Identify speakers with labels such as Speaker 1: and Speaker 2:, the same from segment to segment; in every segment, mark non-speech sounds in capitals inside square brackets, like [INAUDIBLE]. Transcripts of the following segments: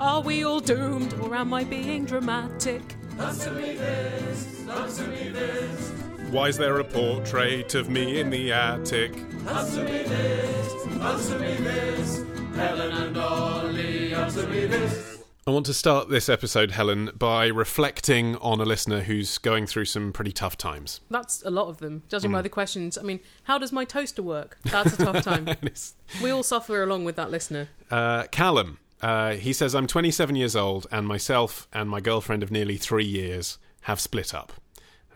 Speaker 1: Are we all doomed, or am I being dramatic?
Speaker 2: Why is there a portrait of me in the attic? I want to start this episode, Helen, by reflecting on a listener who's going through some pretty tough times. [LAUGHS]
Speaker 1: That's a lot of them, judging by the questions. I mean, how does my toaster work? That's a tough time.
Speaker 2: [LAUGHS] It's,
Speaker 1: we all suffer along with that listener.
Speaker 2: uh, Callum, uh, he says, I'm 27 years old, and myself and my girlfriend of nearly three years have split up.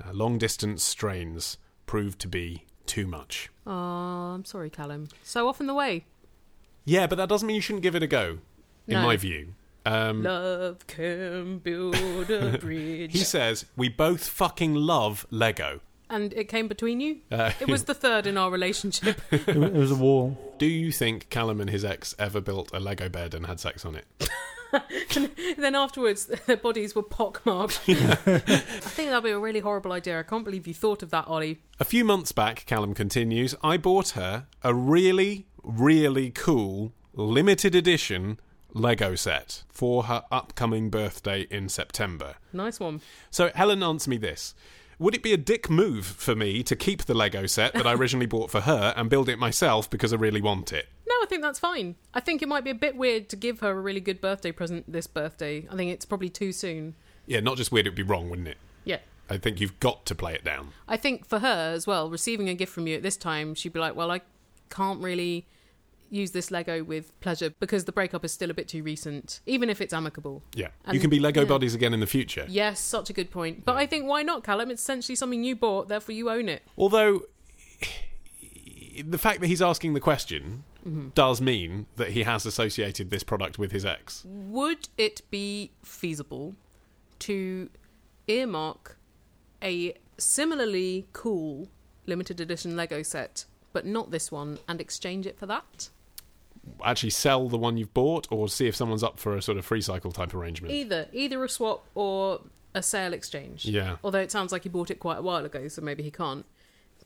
Speaker 2: Uh, long distance strains proved to be too much.
Speaker 1: Oh, I'm sorry, Callum. So off in the way.
Speaker 2: Yeah, but that doesn't mean you shouldn't give it a go, in
Speaker 1: No.
Speaker 2: my view. Um,
Speaker 1: Love can build a bridge.
Speaker 2: He says, We both fucking love Lego.
Speaker 1: and it came between you? it was the third in our relationship. [LAUGHS]
Speaker 3: It wa- it was a wall.
Speaker 2: Do you think Callum and his ex ever built a Lego bed and had sex on it?
Speaker 1: then afterwards, [LAUGHS] their bodies were pockmarked. I think that'd be a really horrible idea. I can't believe you thought of that, Ollie.
Speaker 2: A few months back, Callum continues, I bought her a really, really cool limited edition Lego set for her upcoming birthday in September.
Speaker 1: Nice one.
Speaker 2: So, Helen, answer me this. Would it be a dick move for me to keep the Lego set that I originally bought for her and build it myself because I really want it?
Speaker 1: No, I think that's fine. I think it might be a bit weird to give her a really good birthday present this birthday. I think it's probably too soon.
Speaker 2: Yeah, not just weird, it would be wrong, wouldn't it?
Speaker 1: Yeah.
Speaker 2: I think you've got to play it down.
Speaker 1: I think for her as well, receiving a gift from you at this time, she'd be like, well, I can't really use this Lego with pleasure because the breakup is still a bit too recent, even if it's amicable.
Speaker 2: Yeah. you
Speaker 1: And-
Speaker 2: can be Lego
Speaker 1: yeah.
Speaker 2: buddies again in the future.
Speaker 1: Yes, such a good point. But I think why not, Callum? It's essentially something you bought, therefore you own it.
Speaker 2: Although the fact that he's asking the question does mean that he has associated this product with his ex.
Speaker 1: Would it be feasible to earmark a similarly cool limited edition Lego set, but not this one, and exchange it for that?
Speaker 2: Actually, sell the one you've bought, or see if someone's up for a sort of free cycle type arrangement.
Speaker 1: Either either a swap or a sale exchange.
Speaker 2: Yeah.
Speaker 1: Although it sounds like he bought it quite a while ago, so maybe he can't.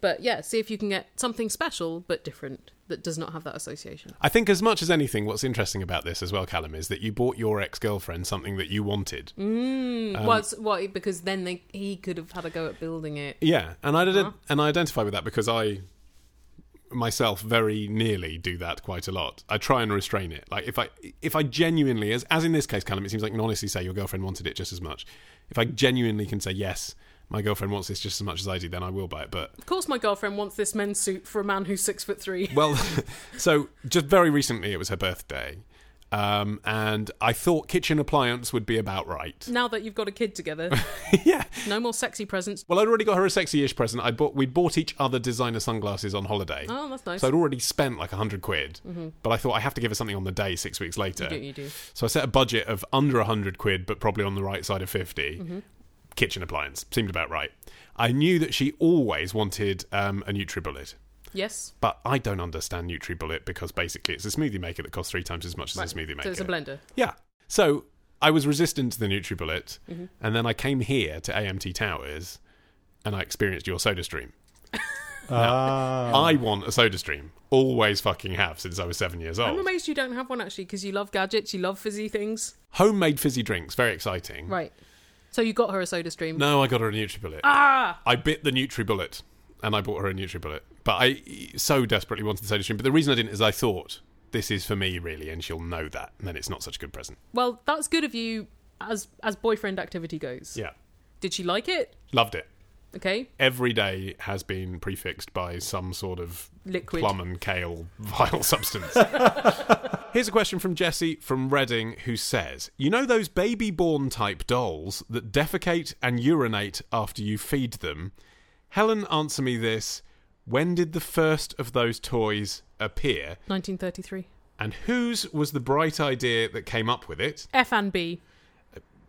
Speaker 1: But yeah, see if you can get something special but different that does not have that association.
Speaker 2: I think, as much as anything, what's interesting about this as well, Callum, is that you bought your ex girlfriend something that you wanted.
Speaker 1: well, it's- well, Um, because then they, he could have had a go at building it.
Speaker 2: Yeah, and I did,
Speaker 1: Uh-huh.
Speaker 2: and I identify with that because I myself very nearly do that quite a lot. I try and restrain it. Like if I if I genuinely, as as in this case, Callum, it seems like you can honestly say your girlfriend wanted it just as much. If I genuinely can say yes, my girlfriend wants this just as much as I do, then I will buy it. But
Speaker 1: Of course, my girlfriend wants this men's suit for a man who's six foot three.
Speaker 2: well, [LAUGHS] so just very recently, it was her birthday. Um, and I thought kitchen appliance would be about
Speaker 1: [LAUGHS]
Speaker 2: right.
Speaker 1: Now that you've got a kid
Speaker 2: [LAUGHS]
Speaker 1: together,
Speaker 2: yeah,
Speaker 1: no more sexy presents.
Speaker 2: Well, I'd already got her a sexy-ish present. I bought we bought each other designer sunglasses on holiday.
Speaker 1: Oh, that's nice.
Speaker 2: So I'd already spent like a hundred quid, but I thought I have to give her something on the day six weeks later.
Speaker 1: do, Mm-hmm. you do.
Speaker 2: So I set a budget of under a hundred quid, but probably on the right side of 50
Speaker 1: Mm-hmm.
Speaker 2: Kitchen appliance seemed about right. I knew that she always wanted um, a NutriBullet,
Speaker 1: Yes.
Speaker 2: but I don't understand NutriBullet because basically it's a smoothie maker that costs three times as much as a smoothie maker.
Speaker 1: So it's a blender.
Speaker 2: Yeah. So I was resistant to the NutriBullet,
Speaker 1: Mm-hmm.
Speaker 2: and then I came here to AMT Towers, and I experienced your Soda Stream.
Speaker 3: Ah.
Speaker 2: I want a Soda Stream. Always fucking have since I was seven years
Speaker 1: I'm
Speaker 2: old.
Speaker 1: amazed you don't have one actually, because you love gadgets, you love fizzy things.
Speaker 2: Homemade fizzy drinks, very exciting.
Speaker 1: Right. So you got her a soda stream.
Speaker 2: No, I got her a NutriBullet.
Speaker 1: Ah!
Speaker 2: I bit the NutriBullet, and I bought her a NutriBullet. But I so desperately wanted the Soda Stream. But the reason I didn't is I thought this is for me really, and she'll know that, and then it's not such a good present.
Speaker 1: Well, that's good of you as as boyfriend activity goes.
Speaker 2: Yeah,
Speaker 1: Did she like it?
Speaker 2: loved it.
Speaker 1: Okay.
Speaker 2: every day has been prefixed by some sort of
Speaker 1: Liquid.
Speaker 2: plum and kale [LAUGHS]
Speaker 1: [LAUGHS]
Speaker 2: vile substance. Here's a question from Jesse from Reading who says, "You know those baby born type dolls that defecate and urinate after you feed them? Helen, answer me this: When did the first of those toys appear,
Speaker 1: 1933.
Speaker 2: and whose was the bright idea that came up with it?
Speaker 1: F and B.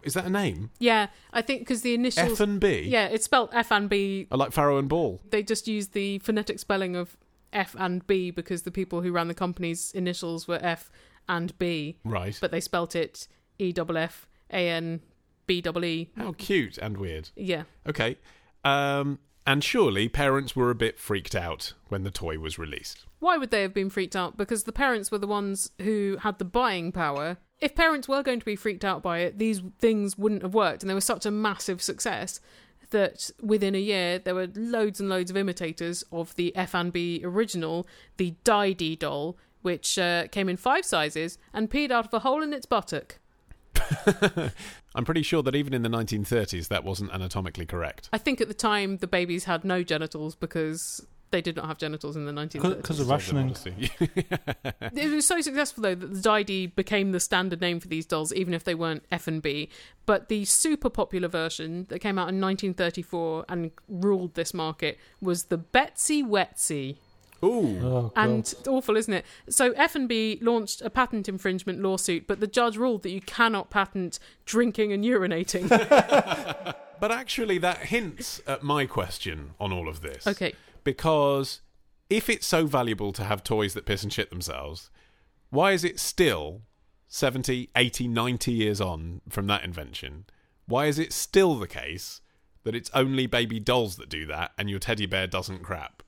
Speaker 2: Is that a name?
Speaker 1: Yeah, I think because the initials.
Speaker 2: F and B.
Speaker 1: yeah, it's spelled F and B.
Speaker 2: I like Pharaoh and Ball.
Speaker 1: They just used the phonetic spelling of F and B because the people who ran the company's initials were F and B.
Speaker 2: Right.
Speaker 1: but they spelt it E double F A N B double E.
Speaker 2: How cute and weird.
Speaker 1: Yeah.
Speaker 2: Okay. Um, and surely parents were a bit freaked out when the toy was released.
Speaker 1: Why would they have been freaked out? Because the parents were the ones who had the buying power. if parents were going to be freaked out by it, these things wouldn't have worked. And they were such a massive success that within a year there were loads and loads of imitators of the F and B original, the Didi doll, which uh, came in five sizes and peed out of a hole in its buttock.
Speaker 2: I'm pretty sure that even in the 1930s, that wasn't anatomically correct.
Speaker 1: I think at the time the babies had no genitals because they did not have genitals in the 1930s.
Speaker 3: Because of rationing.
Speaker 1: It was so successful though that the Didi became the standard name for these dolls, even if they weren't F and B. But the super popular version that came out in 1934 and ruled this market was the Betsy Wetsy.
Speaker 2: [LAUGHS] Ooh.
Speaker 3: Oh, God.
Speaker 1: And it's awful, isn't it? So F and B launched a patent infringement lawsuit, but the judge ruled that you cannot patent drinking and urinating.
Speaker 2: But actually, that hints at my question on all of this.
Speaker 1: okay,
Speaker 2: Because if it's so valuable to have toys that piss and shit themselves, why is it still 70, 80, 90 years on from that invention? Why is it still the case that it's only baby dolls that do that and your teddy bear doesn't crap?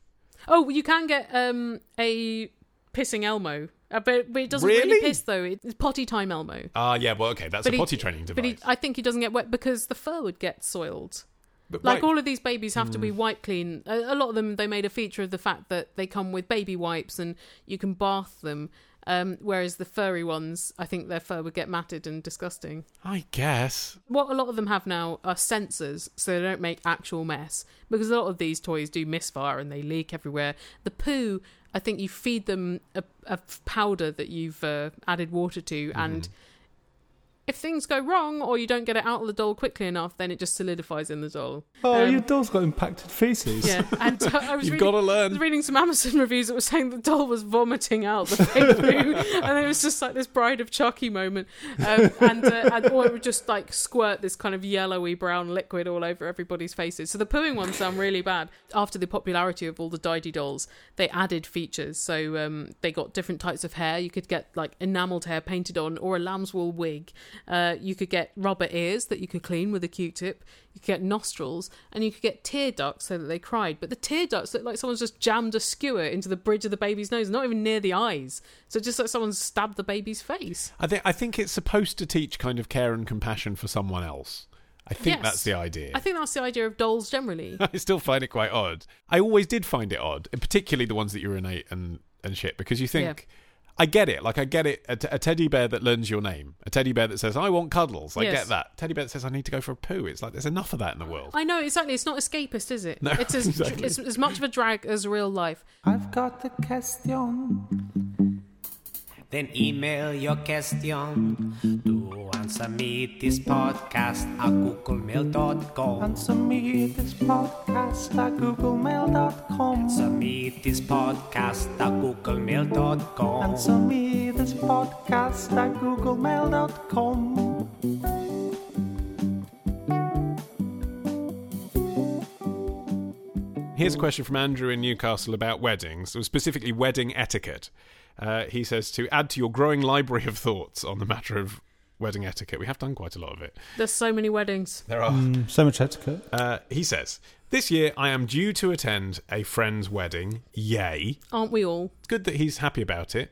Speaker 1: Oh, well, you can get um, a pissing Elmo, uh, but, but it doesn't really?
Speaker 2: Really?
Speaker 1: piss though. It's potty time Elmo.
Speaker 2: Ah, yeah, well, okay, that's
Speaker 1: But
Speaker 2: a
Speaker 1: he-
Speaker 2: potty training device.
Speaker 1: But he, I think he doesn't get wet because the fur would get soiled.
Speaker 2: But
Speaker 1: Like
Speaker 2: right. Mm.
Speaker 1: all of these babies have to be wiped clean. A, a lot of them, they made a feature of the fact that they come with baby wipes and you can bath them. Um, whereas the furry ones, I think their fur would get matted and disgusting.
Speaker 2: I guess.
Speaker 1: What a lot of them have now are sensors, so they don't make actual mess. Because a lot of these toys do misfire and they leak everywhere. The poo, I think you feed them a, a powder that you've uh, added water to,
Speaker 2: Mm-hmm.
Speaker 1: and if things go wrong or you don't get it out of the doll quickly enough, then it just solidifies in the doll.
Speaker 2: [LAUGHS]
Speaker 3: oh
Speaker 1: um,
Speaker 3: your doll's got impacted feces.
Speaker 1: Yeah, and uh, I was
Speaker 2: You've
Speaker 1: reading.
Speaker 2: got to
Speaker 1: I was
Speaker 2: learn.
Speaker 1: reading some Amazon [LAUGHS] reviews that were saying the doll was vomiting out the fake poo, and it was just like this Bride of Chucky moment, um, and, uh, and or it would just like squirt this kind of yellowy brown liquid all over everybody's faces. So the pooing one sound really bad. After the popularity of all the Didi dolls, they added features. So um, they got different types of hair. You could get like enamelled hair painted on, or a lamb's wool wig. Uh, you could get rubber ears that you could clean with a Q-tip. You could get nostrils, and you could get tear ducts so that they cried. But the tear ducts look like someone's just jammed a skewer into the bridge of the baby's nose, not even near the eyes. So just like someone's stabbed the baby's face.
Speaker 2: I, think I think it's supposed to teach kind of care and compassion for someone else. I think
Speaker 1: Yes.
Speaker 2: that's the idea.
Speaker 1: I think that's the idea of dolls
Speaker 2: [LAUGHS]
Speaker 1: generally.
Speaker 2: I still find it quite odd. I always did find it odd, and particularly the ones that urinate and, and shit, because you think, I get it. Like, I get it. A, t- a teddy bear that learns your name, a teddy bear that says, I want cuddles. I
Speaker 1: Yes.
Speaker 2: get that. Teddy bear that says, I need to go for a poo. It's like, there's enough of that in the world.
Speaker 1: I know exactly. It's not escapist, is it?
Speaker 2: No,
Speaker 1: it's, as,
Speaker 2: [LAUGHS] exactly.
Speaker 1: it's as much of a drag as real life.
Speaker 4: I've got a question. Then email your question to answer me this podcast at googlemail.com. Answer me this podcast at googlemail.com. Answer me this podcast at googlemail.com. Answer me this podcast at googlemail.com.
Speaker 2: Here's a question from Andrew in Newcastle about weddings, or specifically wedding etiquette. Uh, he says to add to your growing library of thoughts on the matter of wedding etiquette. We have done quite a lot of it.
Speaker 1: There's so many weddings.
Speaker 2: There are.
Speaker 3: Mm, so much etiquette.
Speaker 2: Uh, he says, This year I am due to attend a friend's wedding. Yay.
Speaker 1: Aren't we all?
Speaker 2: It's good that he's happy about it.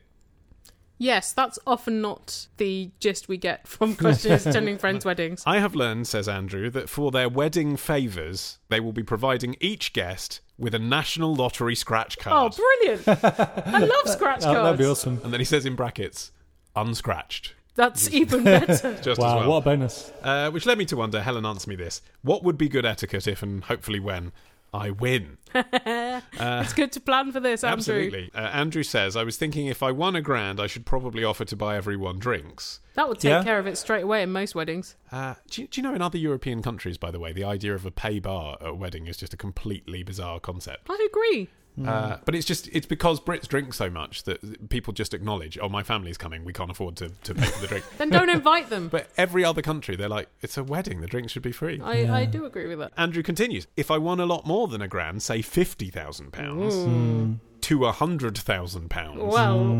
Speaker 1: Yes, that's often not the gist we get [LAUGHS] from questions attending friends' weddings.
Speaker 2: I have learned, says Andrew, that for their wedding favours, they will be providing each guest with a national lottery scratch
Speaker 1: [LAUGHS] Oh,
Speaker 2: card.
Speaker 1: brilliant! [LAUGHS] I love scratch cards.
Speaker 3: Oh, that'd be awesome.
Speaker 2: and then he says in brackets, unscratched.
Speaker 1: That's even
Speaker 3: [LAUGHS]
Speaker 1: better.
Speaker 2: Just
Speaker 3: Wow,
Speaker 2: as well.
Speaker 3: what a bonus.
Speaker 2: Uh, which led me to wonder, Helen, answer me this. What would be good etiquette if and hopefully when I win?
Speaker 1: it's good to plan for this, Andrew.
Speaker 2: Absolutely. Uh, Andrew says, I was thinking if I won a grand, I should probably offer to buy everyone drinks.
Speaker 1: That would take
Speaker 3: Yeah.
Speaker 1: care of it straight away in most weddings.
Speaker 2: Uh, do, you, do you know in other European countries, by the way, the idea of a pay bar at a wedding is just a completely bizarre concept.
Speaker 1: I agree.
Speaker 2: Uh, but it's just it's because Brits drink so much that people just acknowledge, oh, my family's coming, we can't afford to, to pay for the drink.
Speaker 1: Then [LAUGHS] don't invite them.
Speaker 2: but every other country, they're like, it's a wedding, the drinks should be free.
Speaker 1: I, I do agree with that.
Speaker 2: Andrew continues, if I won a lot more than a grand, say fifty thousand pounds Hmm. to a hundred thousand pounds.
Speaker 1: Mm-hmm.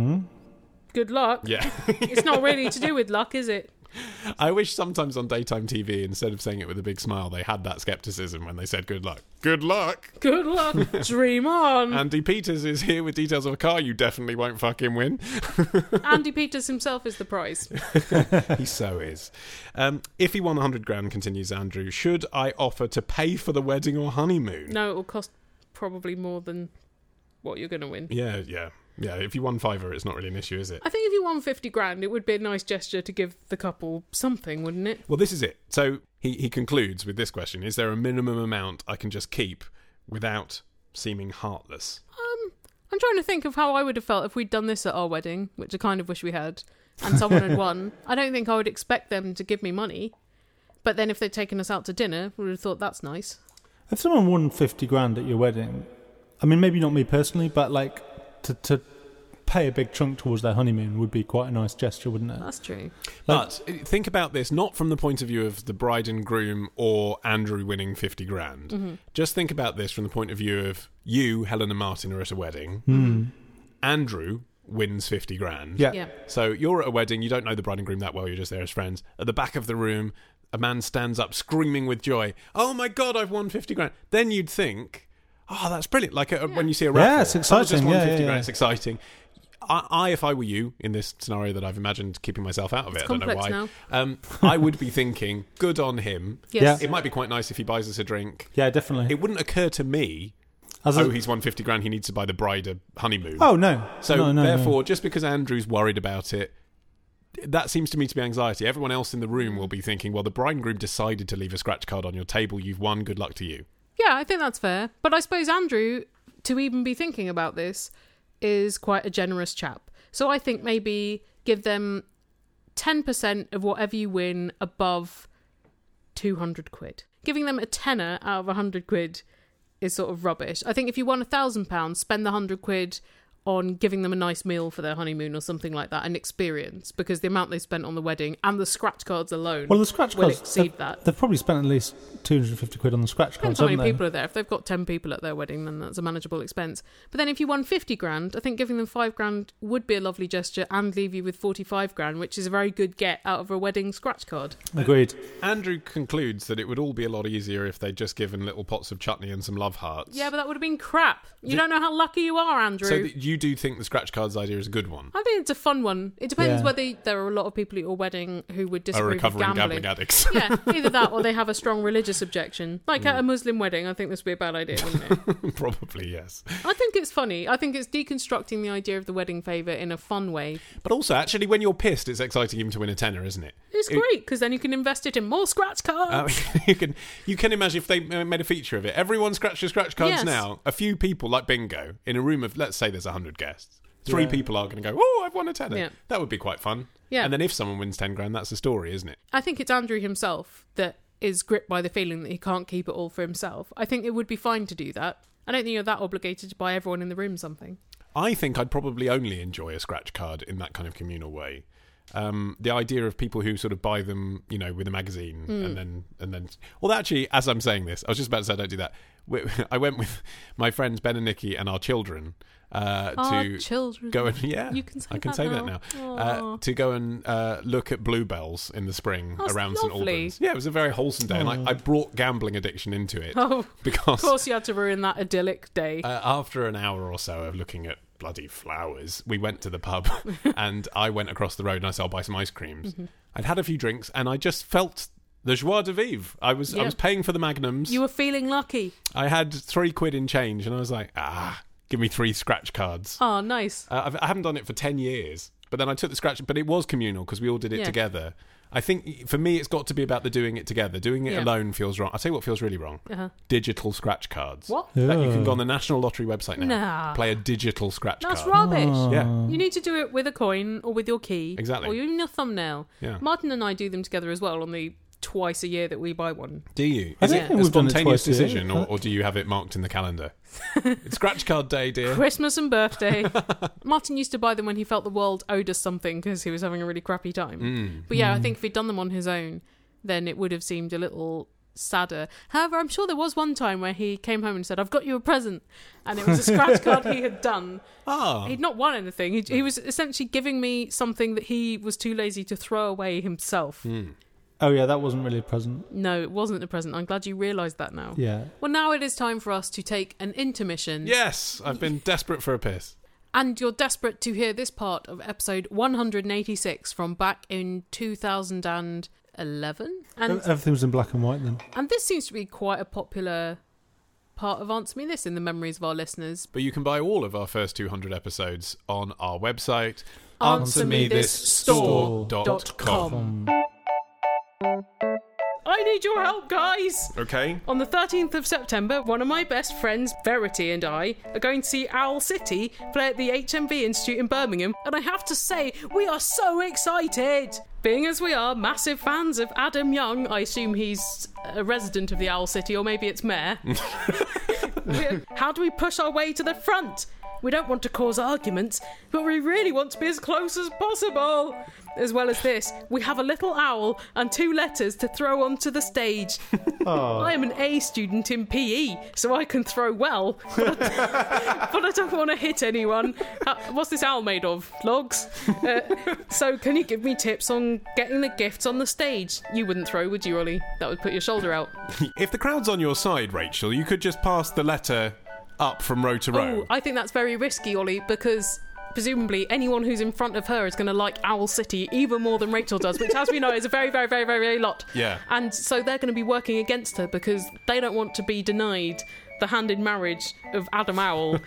Speaker 1: Well, good luck.
Speaker 2: Yeah. [LAUGHS]
Speaker 1: It's not really to do with luck, is it?
Speaker 2: I wish sometimes on daytime TV, instead of saying it with a big smile, they had that skepticism when they said good luck. Good luck!
Speaker 1: Good
Speaker 3: [LAUGHS]
Speaker 1: luck. Dream on.
Speaker 2: Andy Peters is here with details of a car you definitely won't fucking win. [LAUGHS]
Speaker 1: Andy Peters himself is the prize.
Speaker 2: he so is. Um, if he won 100 grand, continues Andrew, should I offer to pay for the wedding or honeymoon?
Speaker 1: No, it will cost probably more than what you're going to win.
Speaker 2: Yeah, yeah. Yeah, if you won Fiver, it's not really an issue, is it?
Speaker 1: I think if you won 50 grand, it would be a nice gesture to give the couple something, wouldn't it?
Speaker 2: Well, this is it. So he, he concludes with this question Is there a minimum amount I can just keep without seeming heartless?
Speaker 1: Um, I'm trying to think of how I would have felt if we'd done this at our wedding, which I kind of wish we had, and someone had won. I don't think I would expect them to give me money. But then if they'd taken us out to dinner, we would have thought that's nice.
Speaker 3: If someone won 50 grand at your wedding, I mean, maybe not me personally, but like to, to pay a big chunk towards their honeymoon would be quite a nice gesture, wouldn't
Speaker 4: Uh.
Speaker 3: it?
Speaker 1: That's true.
Speaker 2: But uh, think about this not from the point of view of the bride and groom or Andrew winning 50 grand. Just think about this from the point of view of you, Helen and Martin, are at a wedding. Andrew wins 50 grand.
Speaker 3: Yeah.
Speaker 1: Yeah.
Speaker 2: So you're at a wedding, you don't know the bride and groom that well, you're just there as friends. At the back of the room, a man stands up screaming with joy, Oh my God, I've won 50 grand. Then you'd think, Oh, that's brilliant. Like uh when you see a raffle.
Speaker 3: Yeah, it's
Speaker 2: "Oh, just
Speaker 3: exciting.
Speaker 2: won
Speaker 3: Yeah,
Speaker 2: 50
Speaker 3: yeah,
Speaker 2: grand,
Speaker 3: yeah.
Speaker 2: It's exciting. I, I, if I were you in this scenario that I've imagined keeping myself out of it, I don't know
Speaker 1: complex
Speaker 2: why.
Speaker 1: now.
Speaker 2: Um, I would be thinking, good on him.
Speaker 1: Yes.
Speaker 2: It might be quite nice if he buys us a drink.
Speaker 3: Yeah, definitely.
Speaker 2: It wouldn't occur to me,
Speaker 3: As a-
Speaker 2: oh, he's won 50 grand, he needs to buy the bride a honeymoon.
Speaker 3: oh, no.
Speaker 2: So
Speaker 3: No, no, no.
Speaker 2: therefore, just because Andrew's worried about it, that seems to me to be anxiety. Everyone else in the room will be thinking, well, the bride and groom decided to leave a scratch card on your table. You've won. Good luck to you.
Speaker 1: Yeah, I think that's fair. But I suppose Andrew, to even be thinking about this, is quite a generous chap. So I think maybe give them 10% of whatever you win above 200 quid. Giving them a tenner out of 100 quid is sort of rubbish. I think if you won a thousand pounds, spend the 100 quid on giving them a nice meal for their honeymoon or something like that, an experience, because the amount they spent on the wedding and the scratch cards alone
Speaker 3: Well, the scratch
Speaker 1: will
Speaker 3: cards.
Speaker 1: exceed
Speaker 3: they've,
Speaker 1: that.
Speaker 3: They've probably spent at least 250 quid on the scratch cards,
Speaker 1: Depends how
Speaker 3: haven't
Speaker 1: many
Speaker 3: they?
Speaker 1: people are there. If they've got 10 people at their wedding, then that's a manageable expense. But then if you won 50 grand, I think giving them 5 grand would be a lovely gesture and leave you with 45 grand, which is a very good get out of a wedding scratch card.
Speaker 3: Agreed.
Speaker 2: Andrew concludes that it would all be a lot easier if they'd just given little pots of chutney and some love hearts.
Speaker 1: Yeah, but that would have been crap. You don't know how lucky you are, Andrew.
Speaker 2: so that you do think the scratch cards idea is a good one.
Speaker 1: I think it's a fun one. It depends
Speaker 3: Yeah.
Speaker 1: whether there are a lot of people at your wedding who would
Speaker 2: A
Speaker 1: disapprove of
Speaker 2: recovering
Speaker 1: gambling.
Speaker 2: gambling addicts.
Speaker 1: [LAUGHS]
Speaker 2: [LAUGHS]
Speaker 1: yeah, either that or they have a strong religious objection. Like
Speaker 2: Mm.
Speaker 1: at a Muslim wedding, I think this would be a bad idea, wouldn't
Speaker 2: [LAUGHS]
Speaker 1: it?
Speaker 2: Probably, yes.
Speaker 1: I think it's funny. I think it's deconstructing the idea of the wedding favour in a fun way
Speaker 2: But also, actually, when you're pissed, it's exciting even to win a tenner, isn't it?
Speaker 1: It's
Speaker 2: It-
Speaker 1: great because then you can invest it in more scratch
Speaker 2: Uh,
Speaker 1: cards.
Speaker 2: [LAUGHS] you can you can imagine if they made a feature of it. Everyone scratches scratch cards
Speaker 1: Yes.
Speaker 2: now. A few people, like bingo, in a room of let's say there's hundred guests. Three
Speaker 3: Yeah.
Speaker 2: people are going to go. Oh, I've won a tenner.
Speaker 1: Yeah.
Speaker 2: That would be quite fun.
Speaker 1: Yeah.
Speaker 2: And then if someone wins ten grand, that's a story, isn't it?
Speaker 1: I think it's Andrew himself that is gripped by the feeling that he can't keep it all for himself. I think it would be fine to do that. I don't think you're that obligated to buy everyone in the room something.
Speaker 2: I think I'd probably only enjoy a scratch card in that kind of communal way. Um, the idea of people who sort of buy them, you know, with a magazine
Speaker 1: Hmm.
Speaker 2: and then and then. Well, actually, as I'm saying this, I was just about to say, don't do that. We- [LAUGHS] I went with my friends Ben and Nikki and our children uh,
Speaker 1: Our
Speaker 2: to
Speaker 1: children.
Speaker 2: go and yeah,
Speaker 1: Mm-hmm. You can say
Speaker 2: I can
Speaker 1: that
Speaker 2: say
Speaker 1: now.
Speaker 2: that now. Uh,
Speaker 1: Aw.
Speaker 2: to go and uh, look at bluebells in the spring
Speaker 1: That's
Speaker 2: around St
Speaker 1: lovely.
Speaker 2: Albans. Yeah, it was a very wholesome day, and I, I brought gambling addiction into it
Speaker 1: [LAUGHS] Oh,
Speaker 2: [LAUGHS] because
Speaker 1: of course you had to ruin that idyllic day.
Speaker 2: uh, after an hour or so of looking at bloody flowers, we went to
Speaker 1: [LAUGHS]
Speaker 2: the pub [LAUGHS] and I went across the road and I said, I'll buy some ice creams.
Speaker 1: Mm-hmm.
Speaker 2: I'd had a few drinks and I just felt the joie de vivre. I was I
Speaker 1: Yeah.
Speaker 2: was paying for the magnums.
Speaker 1: you were feeling lucky.
Speaker 2: I had three quid in change and I was like, ah, give me three scratch cards.
Speaker 1: Oh, nice.
Speaker 2: Uh, I've, I haven't done it for 10 years, but then I took the scratch, but it was communal because we all did it
Speaker 1: Yeah.
Speaker 2: together. I think for me, it's got to be about the doing it together. Doing it
Speaker 1: Yeah.
Speaker 2: alone feels wrong. I'll tell you what feels really wrong
Speaker 1: Uh-huh.
Speaker 2: digital scratch cards.
Speaker 1: What?
Speaker 2: That you can
Speaker 3: Yeah.
Speaker 2: go on the National Lottery website now,
Speaker 1: Nah.
Speaker 2: play a digital scratch
Speaker 1: That's
Speaker 2: card.
Speaker 1: rubbish.
Speaker 2: Yeah.
Speaker 1: You need to do it with a coin or with your key.
Speaker 2: Exactly.
Speaker 1: Or even your thumbnail.
Speaker 2: Yeah.
Speaker 1: Martin and I do them together as well on the twice a year that we buy one.
Speaker 2: Do you?
Speaker 3: I
Speaker 2: Is
Speaker 3: don't
Speaker 2: it a
Speaker 3: think we've done it
Speaker 2: spontaneous
Speaker 3: twice a year.
Speaker 2: decision, or, or do you have it marked in
Speaker 1: [LAUGHS]
Speaker 2: the calendar? it's scratch card day, dear.
Speaker 1: Christmas and birthday. Martin used to buy them when he felt the world owed us something because he was having a really crappy time. But yeah, I think if he'd done them on his own, then it would have seemed a little sadder. However, I'm sure there was one time where he came home and said, "I've got you a present," and it was a scratch card he had done.
Speaker 2: Ah,
Speaker 1: He'd not won anything. He, he was essentially giving me something that he was too lazy to throw away himself.
Speaker 3: Oh yeah, that wasn't really a present.
Speaker 1: No, it wasn't a present. I'm glad you realised that now.
Speaker 3: Yeah.
Speaker 1: Well, now it is time for us to take an intermission.
Speaker 2: yes, I've been desperate for a piss.
Speaker 1: And you're desperate to hear this part of episode 186 from back in 2011. And
Speaker 3: Everything was in black and white then.
Speaker 1: and this seems to be quite a popular part of Answer Me This in the memories of our listeners.
Speaker 2: But you can buy all of our first 200 episodes on our website,
Speaker 1: AnswerMeThisStore.com.
Speaker 3: Um,
Speaker 1: I need your help, guys!
Speaker 2: Okay. [LAUGHS]
Speaker 1: On the 13th of September, one of my best friends, Verity, and I are going to see Owl City play at the HMV Institute in Birmingham, and I have to say, we are so excited! Being as we are massive fans of Adam Young, I assume he's a resident of the Owl City, or maybe it's mayor. [LAUGHS] How do we push our way to the front? We don't want to cause arguments, but we really want to be as close as possible. As well as this, we have a little owl and two letters to throw onto the stage. I am an A student in PE, so I can throw well, but I, but I don't [LAUGHS] want to hit anyone. Uh, what's this owl made of? Logs? Uh, so, can you give me tips on getting the gifts on the stage? You wouldn't throw, would you, Ollie? That would put your shoulder out.
Speaker 2: If the crowd's on your side, Rachel, you could just pass the letter up from row to row.
Speaker 1: Ooh, I think that's very risky, Ollie, because presumably anyone who's in front of her is going to like Owl City even more than Rachel does, which, as we know, is a very, very, very, very, very lot.
Speaker 2: Yeah.
Speaker 1: And so they're going to be working against her because they don't want to be denied the hand in marriage of Adam
Speaker 2: [LAUGHS]
Speaker 1: Owl.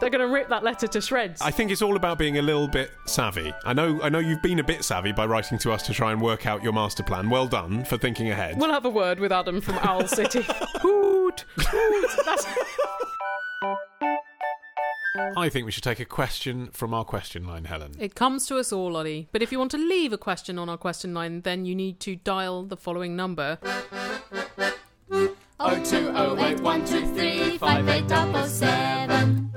Speaker 1: they're going to rip that letter to shreds.
Speaker 2: I think it's all about being a little bit savvy. I know I know you've been a bit savvy by writing to us to try and work out your master plan. Well done for thinking
Speaker 1: [LAUGHS]
Speaker 2: ahead.
Speaker 1: We'll have a word with Adam from
Speaker 2: [LAUGHS]
Speaker 1: Owl City. Hoot! Hoot! That's-
Speaker 2: I think we should take a question from our question line, Helen.
Speaker 1: It comes to us all, Ollie. But if you want to leave a question on our question line, then you need to dial the following number.
Speaker 5: Oh two oh eight one two three five eight double seven.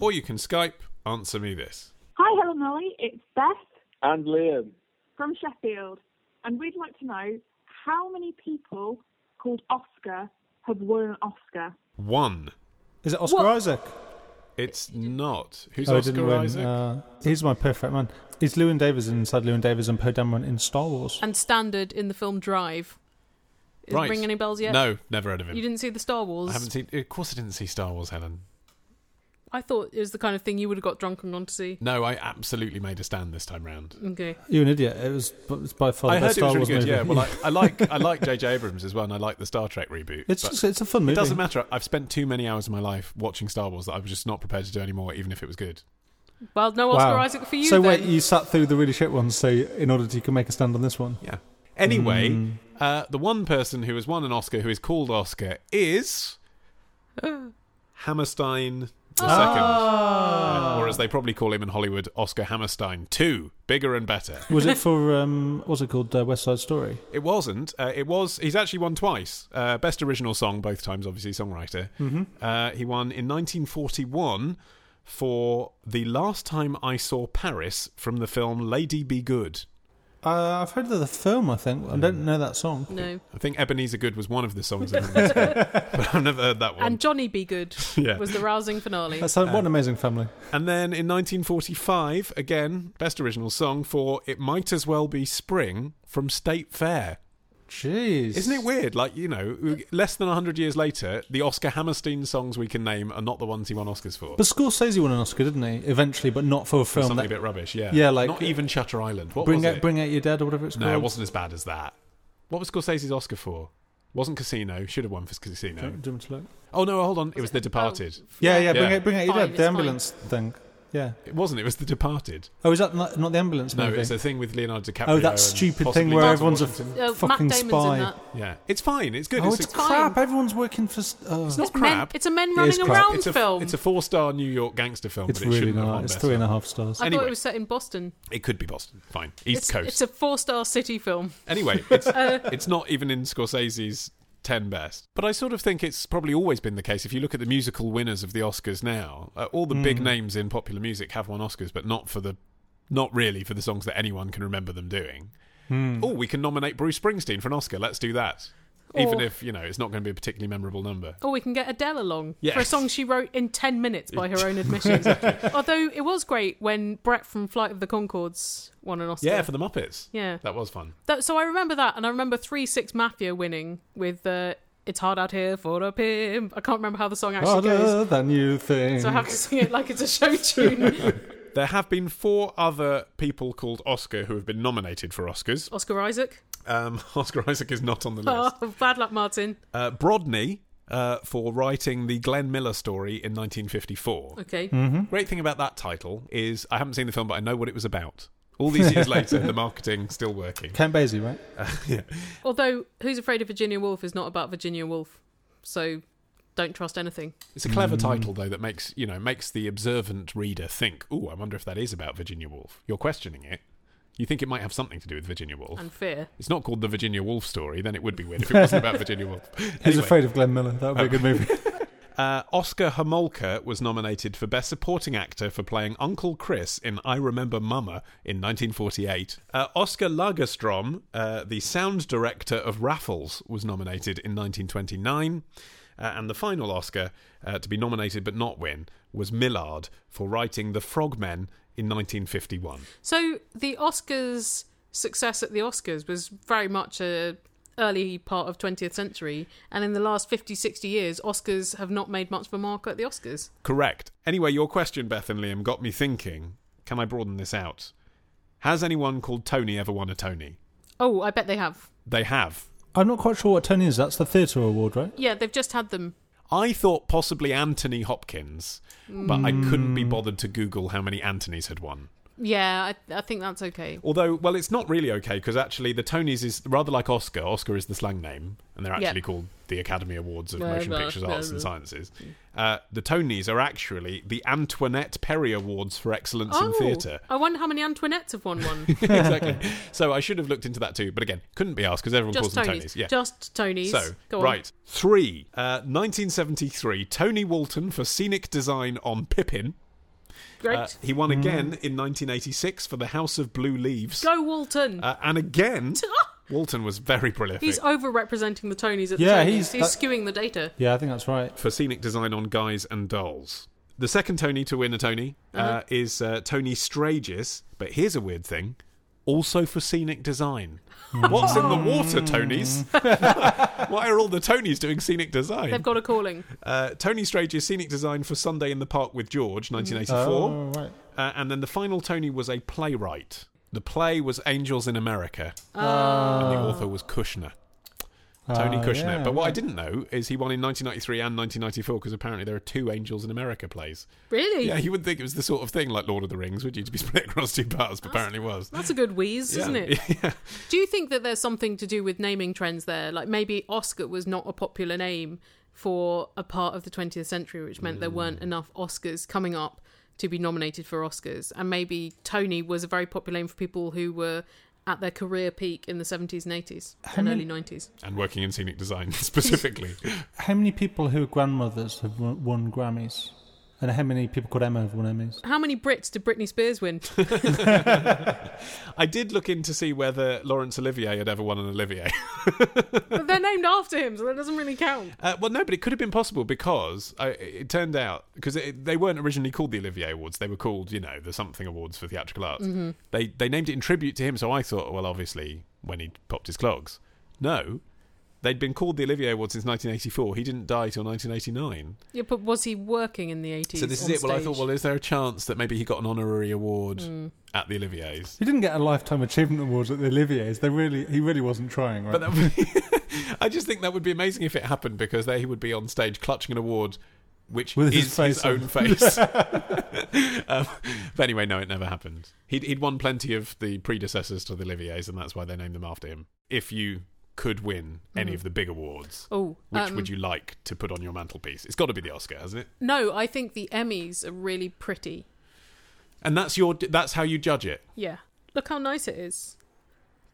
Speaker 2: Or you can Skype answer me this.
Speaker 6: Hi, Helen Molly. It's Beth
Speaker 7: And Liam.
Speaker 6: from Sheffield, and we'd like to know how many people called Oscar have won an Oscar.
Speaker 2: One.
Speaker 3: Is it Oscar Isaac?
Speaker 2: It's not. Who's
Speaker 3: Oh, I
Speaker 2: Oscar Isaac?
Speaker 3: Uh, he's my perfect man. He's Lewin Davis inside Lewin Davis and Poe Dameron in Star Wars.
Speaker 1: and Standard in the film Drive. Is
Speaker 2: Right.
Speaker 1: it ring any bells yet?
Speaker 2: No, never heard of him.
Speaker 1: You didn't see the Star Wars.
Speaker 2: I haven't seen. Of course, I didn't see Star Wars, Helen.
Speaker 1: I thought it was the kind of thing you would have got drunk and gone to see.
Speaker 2: No, I absolutely made a stand this time round.
Speaker 1: Okay.
Speaker 3: You're an idiot. It was, it was by far the
Speaker 2: I heard
Speaker 3: best
Speaker 2: it
Speaker 3: Star
Speaker 2: was really
Speaker 3: Wars
Speaker 2: good.
Speaker 3: movie.
Speaker 2: Yeah, well, I, I like I like J.J. Abrams as well, and I like the Star Trek reboot.
Speaker 3: [LAUGHS] it's
Speaker 2: but
Speaker 3: just it's a fun movie.
Speaker 2: it doesn't matter. I've spent too many hours of my life watching Star Wars that I was just not prepared to do anymore, even if it was good.
Speaker 1: Well, no Oscar Isaac for you
Speaker 3: So
Speaker 1: then.
Speaker 3: wait, you sat through the really shit ones, so in order to you can make a stand on this one.
Speaker 2: Yeah. Anyway,
Speaker 3: Mm.
Speaker 2: uh, the one person who has won an Oscar who is called Oscar is Hammerstein the second, or as they probably call him in Hollywood, Oscar Hammerstein two, bigger and better.
Speaker 1: [LAUGHS]
Speaker 3: Was it for um, what was it called uh, West Side Story?
Speaker 2: It wasn't. Uh, it was. He's actually won twice. Uh, best original song both times. Obviously, songwriter. Uh, he won in 1941 for the last time I saw Paris from the film Lady Be Good.
Speaker 3: Uh, I've heard of the film, I think. I
Speaker 2: Hmm.
Speaker 3: don't know that song.
Speaker 1: no.
Speaker 2: I think Ebenezer Good was one of the songs, in the
Speaker 1: [LAUGHS]
Speaker 2: musical, but I've never heard that one.
Speaker 1: And Johnny Be Good
Speaker 2: [LAUGHS] Yeah.
Speaker 1: was the rousing finale.
Speaker 3: That's what an amazing family.
Speaker 2: And then in 1945, again, best original song for It Might As Well Be Spring from State Fair.
Speaker 3: Jeez,
Speaker 2: Isn't it weird? Like, you know, less than 100 years later, the Oscar Hammerstein songs we can name are not the ones he won Oscars for.
Speaker 3: But Scorsese won an Oscar, didn't he? Eventually, but not for a film.
Speaker 2: Something
Speaker 3: that-
Speaker 2: a bit rubbish, yeah.
Speaker 3: Yeah, like- uh,
Speaker 2: Not even Shutter Island. What
Speaker 3: bring
Speaker 2: was
Speaker 3: out,
Speaker 2: it?
Speaker 3: bring out your dad or whatever it's
Speaker 2: no,
Speaker 3: called.
Speaker 2: it wasn't as bad as that. What was Scorsese's Oscar for? Wasn't Casino. Should have won for Casino.
Speaker 3: Do you want me to look?
Speaker 2: Oh, no, hold on. It was The Departed.
Speaker 3: Yeah, yeah. Bring
Speaker 2: Yeah.
Speaker 3: out, bring out your
Speaker 1: Fine,
Speaker 3: dad.
Speaker 1: it's
Speaker 3: The
Speaker 1: fine.
Speaker 3: ambulance thing. Yeah.
Speaker 2: It wasn't. It was The Departed.
Speaker 3: Oh, is that not, not the ambulance
Speaker 2: No,
Speaker 3: movie?
Speaker 2: it's a thing with Leonardo DiCaprio.
Speaker 3: oh, that
Speaker 2: and
Speaker 3: stupid thing
Speaker 2: possibly
Speaker 3: where
Speaker 2: Denzel
Speaker 3: everyone's a
Speaker 2: Washington.
Speaker 1: Uh, Matt
Speaker 3: fucking
Speaker 1: Damon's
Speaker 3: spy.
Speaker 1: in that.
Speaker 2: Yeah. It's fine. It's good.
Speaker 3: Oh,
Speaker 2: it's
Speaker 3: it's,
Speaker 2: a-
Speaker 3: crap. Everyone's working for. s- Oh.
Speaker 2: It's not
Speaker 1: Men-
Speaker 2: crap.
Speaker 1: it's a men
Speaker 3: It is
Speaker 1: running
Speaker 3: crap.
Speaker 1: around
Speaker 2: it's a,
Speaker 1: film.
Speaker 2: It's a four-star New York gangster film.
Speaker 3: It's
Speaker 2: but it
Speaker 3: really
Speaker 2: shouldn't have won
Speaker 3: not. It's
Speaker 2: Best
Speaker 3: three and a
Speaker 2: Film.
Speaker 3: half stars.
Speaker 1: I thought
Speaker 2: anyway.
Speaker 1: it was set in Boston.
Speaker 2: It could be Boston. Fine, East
Speaker 1: it's,
Speaker 2: Coast.
Speaker 1: It's a four-star city film.
Speaker 2: anyway,
Speaker 1: [LAUGHS]
Speaker 2: it's, it's not even in Scorsese's ten best. But I sort of think it's probably always been the case. If you look at the musical winners of the Oscars now, uh, all the big names in popular music have won Oscars, but not for the, not really for the songs that anyone can remember them doing. Oh, we can nominate Bruce Springsteen for an Oscar. Let's do that. even
Speaker 1: Or-
Speaker 2: if you know it's not going to be a particularly memorable number.
Speaker 1: Or Oh, we can get Adele along for a
Speaker 2: Yes.
Speaker 1: song she wrote in 10 minutes by her
Speaker 2: [LAUGHS]
Speaker 1: own admission. Although it was great when Brett from Flight of the Concords won an Oscar.
Speaker 2: Yeah, for the Muppets.
Speaker 1: Yeah.
Speaker 2: that was fun.
Speaker 1: That- so I remember that, and I remember 3 6 Mafia winning with uh, It's Hard Out Here for a Pimp. I can't remember how the song actually goes.
Speaker 3: Harder than you think.
Speaker 1: So I have to sing it like it's a
Speaker 2: [LAUGHS]
Speaker 1: show tune.
Speaker 2: There have been four other people called Oscar who have been nominated for Oscars.
Speaker 1: Oscar Isaac.
Speaker 2: Um, [LAUGHS] Oscar Isaac is not on the list.
Speaker 1: Oh, bad luck, Martin.
Speaker 2: Uh, Brodney uh, for writing the Glenn Miller story in 1954.
Speaker 1: Okay.
Speaker 2: Great thing about that title is I haven't seen the film, but I know what it was about. All these years later, the marketing still working.
Speaker 3: Count Basie, right?
Speaker 2: yeah.
Speaker 1: Although, Who's Afraid of Virginia Woolf is not about Virginia Woolf. So don't trust anything.
Speaker 2: It's a clever title though that makes you know makes the observant reader think. Oh, I wonder if that is about Virginia Woolf. You're questioning it. You think it might have something to do with Virginia Woolf.
Speaker 1: And fear.
Speaker 2: It's not called the Virginia Woolf story. Then it would be weird if it wasn't about Virginia Woolf.
Speaker 3: Who's
Speaker 2: Anyway,
Speaker 3: afraid of Glenn Miller? That would
Speaker 2: [LAUGHS]
Speaker 3: be a good movie.
Speaker 2: uh, Oscar Homolka was nominated for Best Supporting Actor for playing Uncle Chris in I Remember Mama in 1948. Uh, Oscar Lagerstrom, uh, the sound director of Raffles, was nominated in 1929. Uh, and the final Oscar uh, to be nominated but not win was Millard for writing The Frogmen in 1951.
Speaker 1: So the Oscars success at the Oscars was very much a early part of 20th century and in the last 50 60 years Oscars have not made much of a mark at the Oscars.
Speaker 2: Correct. Anyway, your question, Beth and Liam, got me thinking. Can I broaden this out? Has anyone called Tony ever won a Tony?
Speaker 1: Oh, I bet they have.
Speaker 2: They have.
Speaker 3: I'm not quite sure what Tony is. That's the theatre award, right?
Speaker 1: Yeah, they've just had them.
Speaker 2: I thought possibly Anthony Hopkins, but I couldn't be bothered to Google how many Antonys had won.
Speaker 1: Yeah, I, I think that's okay.
Speaker 2: Although, well, it's not really okay because actually the Tonys is rather like Oscar. Oscar is the slang name, and they're
Speaker 1: Yeah.
Speaker 2: actually called the Academy Awards of
Speaker 1: Blah,
Speaker 2: Motion
Speaker 1: blah,
Speaker 2: Pictures,
Speaker 1: blah,
Speaker 2: Arts, and
Speaker 1: blah.
Speaker 2: Sciences. Uh, the Tonys are actually the Antoinette Perry Awards for Excellence in
Speaker 1: Oh.
Speaker 2: Theatre. [LAUGHS]
Speaker 1: I wonder how many Antoinettes have won one.
Speaker 2: exactly. So I should have looked into that too, but again, couldn't be asked because everyone
Speaker 1: Just
Speaker 2: calls them
Speaker 1: Tonys.
Speaker 2: Tonys. Yeah.
Speaker 1: Just Tonys.
Speaker 2: so
Speaker 1: Go on.
Speaker 2: right three, uh, 1973, Tony Walton for scenic design on Pippin.
Speaker 1: Great.
Speaker 2: Uh, he won again in 1986 for the House of Blue Leaves,
Speaker 1: Go Walton. [LAUGHS] Ah,
Speaker 2: uh, and again. Walton was very prolific
Speaker 1: he's overrepresenting the Tonys at
Speaker 3: Yeah,
Speaker 1: the Tonys.
Speaker 3: he's- uh, that-
Speaker 1: skewing the data.
Speaker 3: Yeah, I think that's right.
Speaker 2: for scenic design on Guys and Dolls. The second Tony to win a Tony uh,
Speaker 1: Uh-huh.
Speaker 2: is uh, Tony Strages, but here's a weird thing. Also for scenic design. What's in the water, Tonys? Why are all the Tonys doing scenic
Speaker 1: They've
Speaker 2: design?
Speaker 1: got a calling.
Speaker 2: Uh, Tony Strages, scenic design for Sunday in the Park with
Speaker 1: Mm.
Speaker 2: George, 1984.
Speaker 3: Oh, right.
Speaker 2: Uh, and then the final Tony was a playwright. The play was Angels in America, and
Speaker 1: Ah.
Speaker 2: the author was Kushner. Tony
Speaker 3: Ah,
Speaker 2: Kushner.
Speaker 3: yeah,
Speaker 2: but what I
Speaker 3: right.
Speaker 2: didn't know is he won in 1993 and 1994 because apparently there are two Angels in America plays.
Speaker 1: Really?
Speaker 2: Yeah, you wouldn't think it was the sort of thing like Lord of the Rings, would you, to be [LAUGHS] split across two parts, but apparently it was.
Speaker 1: That's a good wheeze,
Speaker 2: Yeah.
Speaker 1: isn't it?
Speaker 2: [LAUGHS] yeah.
Speaker 1: Do you think that there's something to do with naming trends there? Like maybe Oscar was not a popular name for a part of the 20th century, which meant there weren't enough Oscars coming up to be nominated for Oscars. And maybe Tony was a very popular name for people who were at their career peak in the 70s and 80s and early 90s.
Speaker 2: And working in scenic design [LAUGHS] specifically.
Speaker 1: [LAUGHS]
Speaker 3: How many people who are grandmothers have won, won Grammys? And how many people called Emma have won Emmys?
Speaker 1: How many Brits did Britney Spears [LAUGHS] win?
Speaker 2: I did look in to see whether Laurence Olivier had ever won an Olivier.
Speaker 1: but they're named after him, so that doesn't really count.
Speaker 2: Uh, well, no, but it could have been possible because I, it turned out because they weren't originally called the Olivier Awards; they were called, you know, the something awards for theatrical arts.
Speaker 1: Mm-hmm.
Speaker 2: They they named it in tribute to him. So I thought, well, obviously, when he popped his clogs, no, they'd been called the Olivier Awards since 1984. He didn't die till 1989.
Speaker 1: Yeah, but was he working in the 80s?
Speaker 2: So this is
Speaker 1: on
Speaker 2: it. Well, I
Speaker 1: stage? Mm.
Speaker 2: thought, well, is there a chance that maybe he got an honorary award at the Olivier's?
Speaker 3: He didn't get a lifetime achievement awards at the Olivier's. They really, he really wasn't trying, right?
Speaker 2: But that would be, [LAUGHS] I just think that would be amazing if it happened because there he would be on stage clutching an award, which
Speaker 3: With
Speaker 2: is
Speaker 3: his
Speaker 2: his,
Speaker 3: face on.
Speaker 2: own
Speaker 3: [LAUGHS]
Speaker 2: face. [LAUGHS] um, but anyway, no, it never happened. He'd, he'd won plenty of the predecessors to the Olivier's, and that's why they named them after him. If you could win any of the big awards,
Speaker 1: Mm-hmm. Oh,
Speaker 2: which
Speaker 1: um,
Speaker 2: would you like to put on your mantelpiece? It's got to be the Oscar, hasn't it?
Speaker 1: No, I think the Emmys are really pretty.
Speaker 2: And that's your that's how you judge it.
Speaker 1: Yeah. Look how nice it is.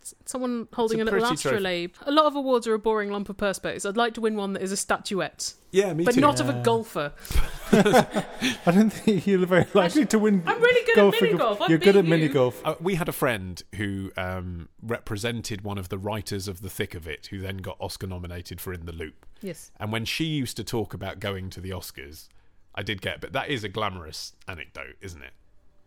Speaker 1: S- Someone holding a,
Speaker 2: It's a
Speaker 1: little
Speaker 2: pretty
Speaker 1: astrolabe. A lot of awards are a boring lump of perspex. I'd like to win one that is a statuette,
Speaker 2: Yeah, me
Speaker 1: but
Speaker 2: too.
Speaker 1: not of a golfer.
Speaker 3: I don't think you're very likely to win.
Speaker 1: I'm really good at
Speaker 3: golf
Speaker 1: mini
Speaker 3: figure-
Speaker 1: golf. I
Speaker 3: You're good
Speaker 1: beat
Speaker 3: at
Speaker 1: you.
Speaker 3: mini golf.
Speaker 2: Uh, we had a friend who um, represented one of the writers of The Thick of It, who then got Oscar nominated for In the Loop.
Speaker 1: Yes.
Speaker 2: And when she used to talk about going to the Oscars, I did get, but that is a glamorous anecdote, isn't it?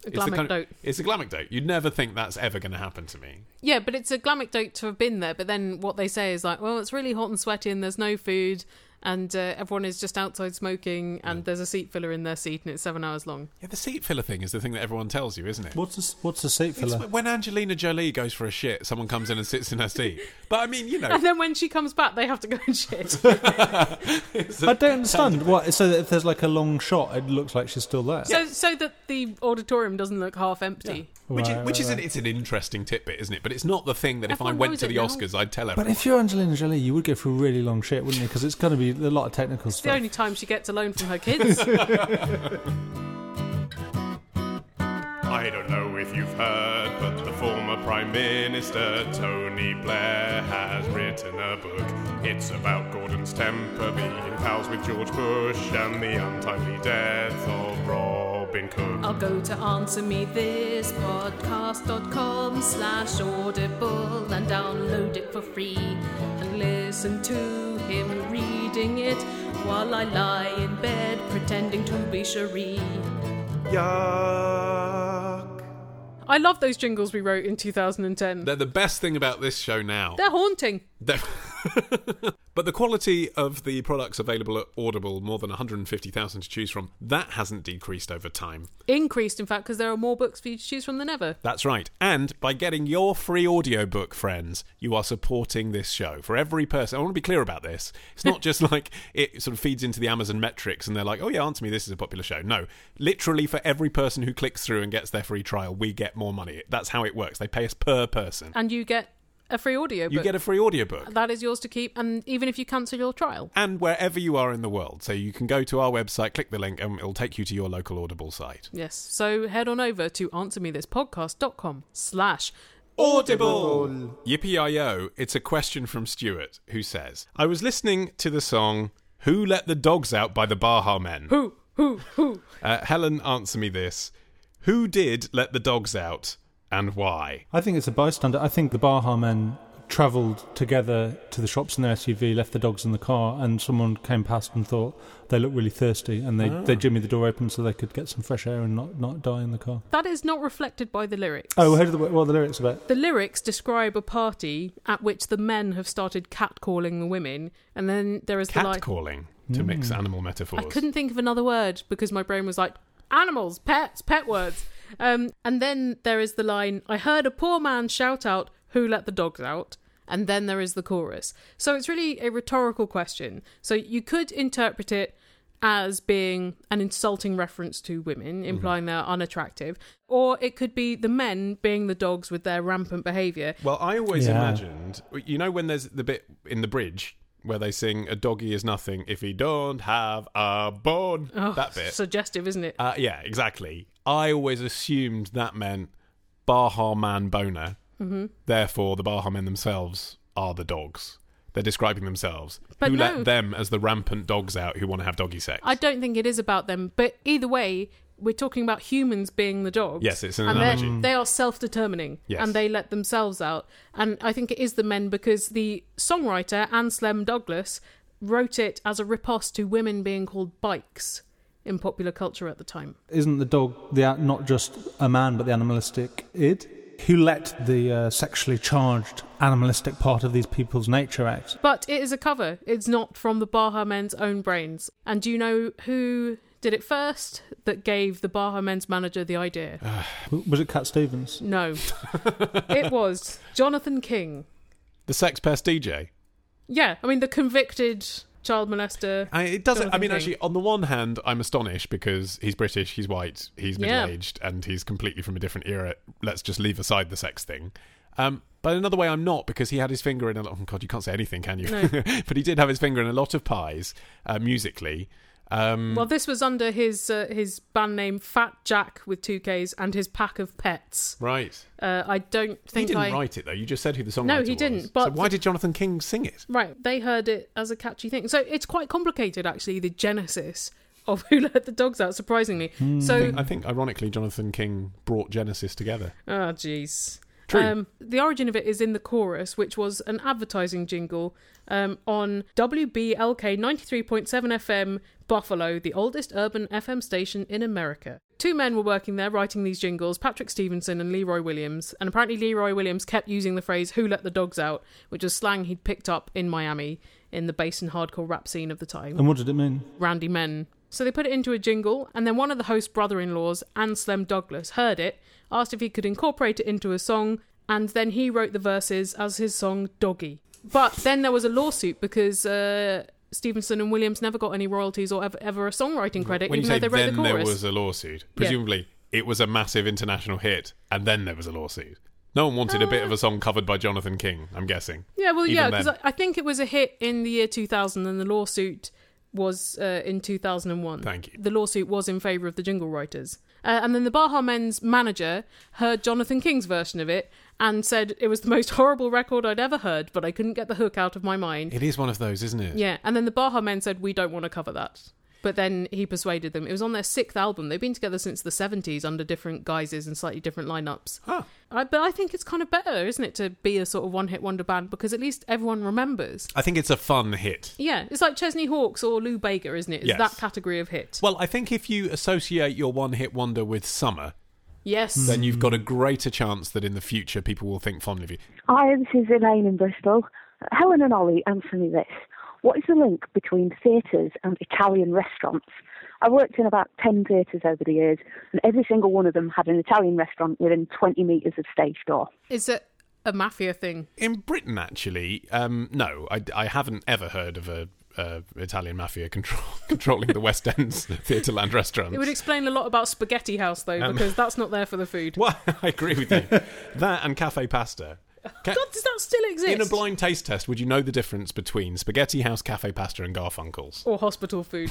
Speaker 1: A
Speaker 2: It's the kind of-
Speaker 1: glamour
Speaker 2: It's a glamicdote. You'd never think that's ever going to happen to me.
Speaker 1: Yeah, but it's a glamicdote to have been there. But then what they say is like, well, it's really hot and sweaty, and there's no food, and uh, everyone is just outside smoking, and there's a seat filler in their seat, and it's seven hours long.
Speaker 2: Yeah, the seat filler thing is the thing that everyone tells you, isn't it?
Speaker 3: What's a, s- what's a seat
Speaker 2: It's
Speaker 3: filler?
Speaker 2: when Angelina Jolie goes for a shit, someone comes in and sits in her seat. But I mean, you know,
Speaker 1: And [LAUGHS] then when she comes back, they have to go and
Speaker 2: [LAUGHS]
Speaker 1: shit.
Speaker 3: I don't understand. What? So that if there's like a long shot, it looks like she's still there.
Speaker 1: so, so that the auditorium doesn't look half empty.
Speaker 2: which is,
Speaker 3: Right,
Speaker 2: which
Speaker 3: right,
Speaker 2: is an,
Speaker 3: right.
Speaker 2: it's an interesting tidbit, isn't it? But it's not the thing that if I
Speaker 1: Everyone
Speaker 2: went
Speaker 1: knows
Speaker 2: to
Speaker 1: it
Speaker 2: the
Speaker 1: now.
Speaker 2: Oscars, I'd tell
Speaker 3: But
Speaker 2: everyone.
Speaker 3: if you're Angelina Jolie, you would go for a really long shit, wouldn't you? Because it's going to be a lot of technical
Speaker 1: It's the
Speaker 3: stuff.
Speaker 1: only time she gets alone from her kids.
Speaker 7: I don't know if you've heard, but the former Prime Minister Tony Blair has written a book. It's about Gordon's temper, being pals with George Bush, and the untimely death of Robin Cook.
Speaker 1: I'll go to answer me this podcast.com slash audible and download it for free and listen to him reading it while I lie in bed pretending to be Cherie.
Speaker 7: Yuck.
Speaker 1: I love those jingles we wrote in 2010.
Speaker 2: They're the best thing about this show now.
Speaker 1: They're haunting.
Speaker 2: They're- [LAUGHS] but the quality of the products available at Audible, more than 150,000 to choose from, that hasn't decreased over time.
Speaker 1: Increased, in fact, because there are more books for you to choose from than ever.
Speaker 2: That's right. And by getting your free audiobook, friends, you are supporting this show. For every person, I want to be clear about this. It's not just like it sort of feeds into the Amazon metrics and they're like, oh, yeah, answer me, this is a popular show. No. Literally, for every person who clicks through and gets their free trial, we get more money. That's how it works. They pay us per person.
Speaker 1: And you get a free audio
Speaker 2: You
Speaker 1: book.
Speaker 2: get a free audiobook.
Speaker 1: that is yours to keep, and even if you cancel your trial.
Speaker 2: And wherever you are in the world. So you can go to our website, click the link, and it'll take you to your local Audible site.
Speaker 1: Yes. So head on over to answermethispodcast.com slash
Speaker 2: Audible. Yippee-yo, it's a question from Stuart who says, I was listening to the song Who Let the Dogs Out by the Baha Men.
Speaker 1: who, who, who.
Speaker 2: Uh, Helen, answer me this. Who did let the dogs out and why?
Speaker 3: I think it's a bystander. I think the Baha men travelled together to the shops in their SUV, left the dogs in the car, and someone came past and thought they looked really thirsty, and they, they jimmied the door open so they could get some fresh air and not, not die in the car.
Speaker 1: That is not reflected by the lyrics.
Speaker 3: Oh, how do the, what are the lyrics about?
Speaker 1: The lyrics describe a party at which the men have started catcalling the women, and then there is the
Speaker 2: Cat
Speaker 1: like.
Speaker 2: calling, to mix animal metaphors.
Speaker 1: I couldn't think of another word because my brain was like animals, pets, pet words. Um, and then there is the line I heard a poor man shout out, Who let the dogs out? And then there is the chorus. So it's really a rhetorical question. So you could interpret it as being an insulting reference to women,
Speaker 2: Mm-hmm.
Speaker 1: implying they're unattractive, or it could be the men being the dogs with their rampant behaviour.
Speaker 2: Well, I always
Speaker 3: Yeah.
Speaker 2: imagined, you know, when there's the bit in the bridge where they sing, A doggy is nothing if he don't have a bone.
Speaker 1: Oh,
Speaker 2: that bit.
Speaker 1: Suggestive, isn't it?
Speaker 2: Uh, yeah, exactly. I always assumed that meant Baha man boner. Mm-hmm. Therefore, the Baha men themselves are the dogs. They're describing themselves.
Speaker 1: But
Speaker 2: who
Speaker 1: no.
Speaker 2: let them as the rampant dogs out who want to have doggy sex?
Speaker 1: I don't think it is about them, but either way, we're talking about humans being the dogs.
Speaker 2: Yes, it's an
Speaker 1: and they're-
Speaker 2: analogy.
Speaker 1: They are self-determining,
Speaker 2: Yes.
Speaker 1: and they let themselves out. And I think it is the men because the songwriter Anselm Douglas wrote it as a riposte to women being called bikes in popular culture at the time.
Speaker 3: Isn't the dog the a- not just a man but the animalistic id? Who let the uh, sexually charged animalistic part of these people's nature out?
Speaker 1: But it is a cover. It's not from the Baha Men's own brains. And do you know who did it first that gave the Baha Men's manager the idea?
Speaker 2: Uh,
Speaker 3: W- Was it Cat
Speaker 2: [LAUGHS]
Speaker 3: Stevens?
Speaker 1: No. it was Jonathan King.
Speaker 2: the sex pest DJ.
Speaker 1: Yeah, I mean the convicted child molester.
Speaker 2: I, it doesn't. I
Speaker 1: Jonathan
Speaker 2: mean,
Speaker 1: King.
Speaker 2: actually, on the one hand, I'm astonished because he's British, he's white, he's
Speaker 1: Yeah.
Speaker 2: middle aged, and he's completely from a different era. Let's just leave aside the sex thing. Um, but another way, I'm not because he had his finger in a lot. Oh God, you can't say anything, can you?
Speaker 1: No.
Speaker 2: [LAUGHS] but he did have his finger in a lot of pies uh, musically. Um,
Speaker 1: Well, this was under his uh, his band name Fat Jack with two Ks and his pack of pets.
Speaker 2: right.
Speaker 1: Uh, I don't
Speaker 2: He
Speaker 1: think
Speaker 2: didn't
Speaker 1: I
Speaker 2: write it though. You just said who the songwriter
Speaker 1: No, he
Speaker 2: was.
Speaker 1: didn't,
Speaker 2: so
Speaker 1: but-
Speaker 2: why did Jonathan King sing it?
Speaker 1: right. They heard it as a catchy thing, so it's quite complicated actually. The genesis of [LAUGHS] Who Let the Dogs Out, surprisingly.
Speaker 2: Hmm.
Speaker 1: So,
Speaker 2: I think, ironically, Jonathan King brought Genesis together.
Speaker 1: ah, jeez. Um,
Speaker 2: True.
Speaker 1: the origin of it is in the chorus, which was an advertising jingle um, on WBLK 93.7 FM Buffalo, the oldest urban FM station in America. Two men were working there writing these jingles, Patrick Stevenson and Leroy Williams. And apparently, Leroy Williams kept using the phrase, Who let the dogs out? which was slang he'd picked up in Miami in the bass and hardcore rap scene of the time.
Speaker 3: And what did it mean?
Speaker 1: Randy Men. So they put it into a jingle, and then one of the host's brother in laws, Anslem Douglas, heard it, asked if he could incorporate it into a song, and then he wrote the verses as his song Doggy. But then there was a lawsuit because uh, Stevenson and Williams never got any royalties or ever, ever a songwriting credit,
Speaker 2: when you
Speaker 1: even though
Speaker 2: say
Speaker 1: they wrote
Speaker 2: then
Speaker 1: the
Speaker 2: there
Speaker 1: chorus.
Speaker 2: was a lawsuit, presumably it was a massive international hit, and then there was a lawsuit. No one wanted a bit of a song covered by Jonathan King, I'm guessing.
Speaker 1: Yeah, well,
Speaker 2: Even
Speaker 1: yeah, because
Speaker 2: then.
Speaker 1: I, I think it was a hit in the year 2000, and the lawsuit was uh, in 2001.
Speaker 2: Thank you.
Speaker 1: The lawsuit was in favour of the jingle writers. Uh, and then the Baha Men's manager heard Jonathan King's version of it and said it was the most horrible record I'd ever heard, but I couldn't get the hook out of my mind.
Speaker 2: It is one of those, isn't it?
Speaker 1: Yeah, and then the Baha Men said we don't want to cover that. But then he persuaded them. It was on their sixth album. They've been together since the seventies under different guises and slightly different lineups.
Speaker 2: Huh.
Speaker 1: I, but I think it's kind of better, isn't it, to be a sort of one-hit wonder band because at least everyone remembers.
Speaker 2: I think it's a fun hit.
Speaker 1: Yeah, it's like Chesney Hawkes or Lou Bega, isn't it? It's
Speaker 2: Yes.
Speaker 1: that category of hit.
Speaker 2: Well, I think if you associate your one hit wonder with summer,
Speaker 1: yes.
Speaker 2: then you've got a greater chance that in the future people will think fondly of you.
Speaker 8: Hi, this is Elaine in Bristol. Helen and Ollie, answer me this. What is the link between theatres and Italian restaurants? I worked in about 10 theatres over the years, and every single one of them had an Italian restaurant within 20 metres of stage door.
Speaker 1: Is it a mafia thing?
Speaker 2: In Britain, actually, um, no, I, I haven't ever heard of a. Uh, Italian mafia [LAUGHS] control, controlling the West [LAUGHS] End's Theatreland restaurants.
Speaker 1: It would explain a lot about Spaghetti House though, because that's not there for the food.
Speaker 2: Um, Well, [LAUGHS] I agree with you. that and cafe pasta. Ca-
Speaker 1: God, does that still exist?
Speaker 2: in a blind taste test, would you know the difference between Spaghetti House, cafe pasta, and Garfunkel's?
Speaker 1: or hospital
Speaker 2: [LAUGHS]
Speaker 1: food.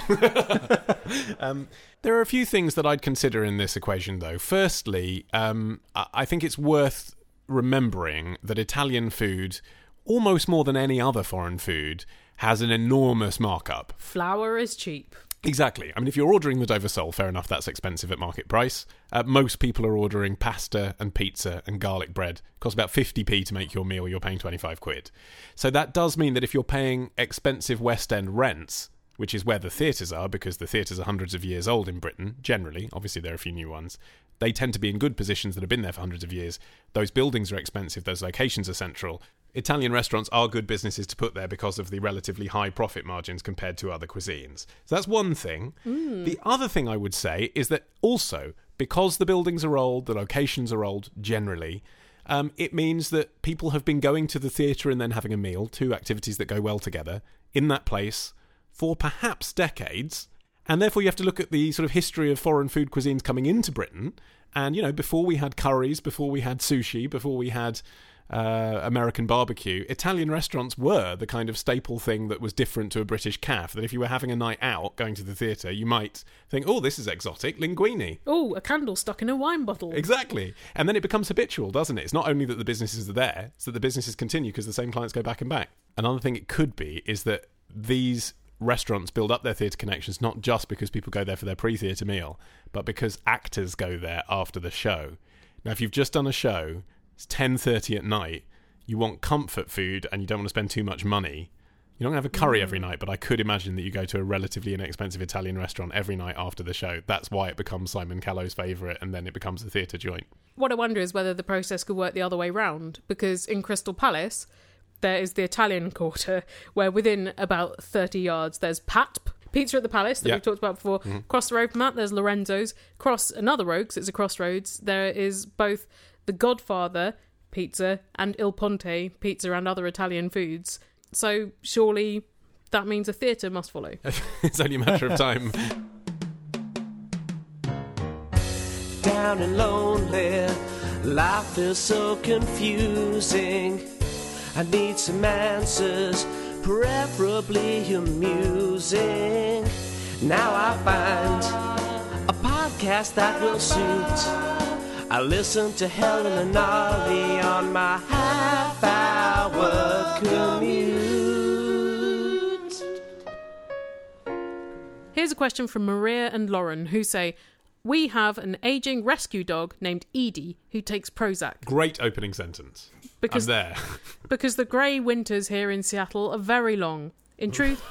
Speaker 2: There are a few things that I'd consider in this equation, though. Firstly, um, I-, I think it's worth remembering that Italian food, almost more than any other foreign food, has an enormous markup.
Speaker 1: Flour is cheap.
Speaker 2: Exactly. I mean, if you're ordering the Dover sole, fair enough, that's expensive at market price. Uh, most people are ordering pasta and pizza and garlic bread. It costs about 50p to make your meal, you're paying 25 quid. So that does mean that if you're paying expensive West End rents, which is where the theatres are, because the theatres are hundreds of years old in Britain, generally, obviously there are a few new ones, they tend to be in good positions that have been there for hundreds of years. Those buildings are expensive, those locations are central. Italian restaurants are good businesses to put there because of the relatively high profit margins compared to other cuisines. So that's one thing. The other thing I would say is that also, because the buildings are old, the locations are old generally, um, it means that people have been going to the theatre and then having a meal, two activities that go well together, in that place for perhaps decades. And therefore, you have to look at the sort of history of foreign food cuisines coming into Britain. And, you know, before we had curries, before we had sushi, before we had uh, American barbecue, Italian restaurants were the kind of staple thing that was different to a British calf. That if you were having a night out going to the theatre, you might think, oh, this is exotic, linguine.
Speaker 1: Oh, a candle stuck in a wine bottle.
Speaker 2: Exactly. And then it becomes habitual, doesn't it? It's not only that the businesses are there, it's that the businesses continue because the same clients go back and back. Another thing it could be is that these restaurants build up their theatre connections not just because people go there for their pre theatre meal, but because actors go there after the show. Now, if you've just done a show, it's 10.30 at night, you want comfort food and you don't want to spend too much money. You're not going to have a curry
Speaker 1: Mm.
Speaker 2: every night, but I could imagine that you go to a relatively inexpensive Italian rrestaurant every night after the show. That's why it becomes Simon Callow's favourite, and then it becomes a theatre joint. [LAUGHS]
Speaker 1: What I wonder is whether the process could work the other way round, because in Crystal Palace, there is the Italian [LAUGHS] quarter, where within about 30 yards, there's Patp, Pizza at the Palace, that
Speaker 2: Yeah.
Speaker 1: we've talked about before. Across the road from that, there's Lorenzo's. Across another road, 'cause it's a crossroads, there is both The Godfather Pizza and Il Ponte Pizza and other Italian foods. So surely that means a theatre must follow.
Speaker 2: it's only a matter
Speaker 1: [LAUGHS]
Speaker 2: of time.
Speaker 4: down and lonely. Life feels so confusing. I need some answers, preferably amusing. Now I find a podcast that will suit. I listen to Helen and Ollie on my half hour commute.
Speaker 1: Here's a question from Maria and Lauren, who say, We have an aging rescue dog named Edie who takes Prozac.
Speaker 2: Great opening sentence.
Speaker 1: Because- [LAUGHS]
Speaker 2: I'm there.
Speaker 1: because the grey winters here in Seattle are very long.
Speaker 2: [LAUGHS]
Speaker 1: In truth,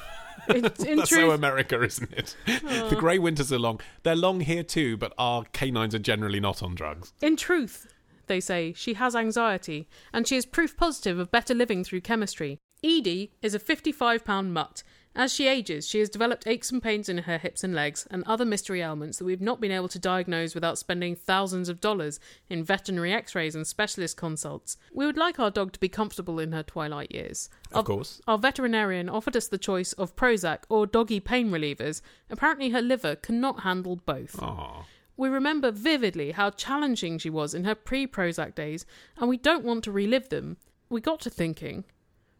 Speaker 1: in, in
Speaker 2: That's so
Speaker 1: truth,
Speaker 2: America, isn't it? The grey winters are long. They're long here too, but our canines are generally not on drugs.
Speaker 1: in truth, they say she has anxiety, and she is proof positive of better living through chemistry. Edie is a 55 pound mutt. As she ages, she has developed aches and pains in her hips and legs and other mystery ailments that we've not been able to diagnose without spending thousands of dollars in veterinary x rays and specialist consults. We would like our dog to be comfortable in her twilight years.
Speaker 2: Of course.
Speaker 1: Our veterinarian offered us the choice of Prozac or doggy pain relievers. Apparently, her liver cannot handle both.
Speaker 2: Aw.
Speaker 1: We remember vividly how challenging she was in her pre Prozac days, and we don't want to relive them. We got to thinking,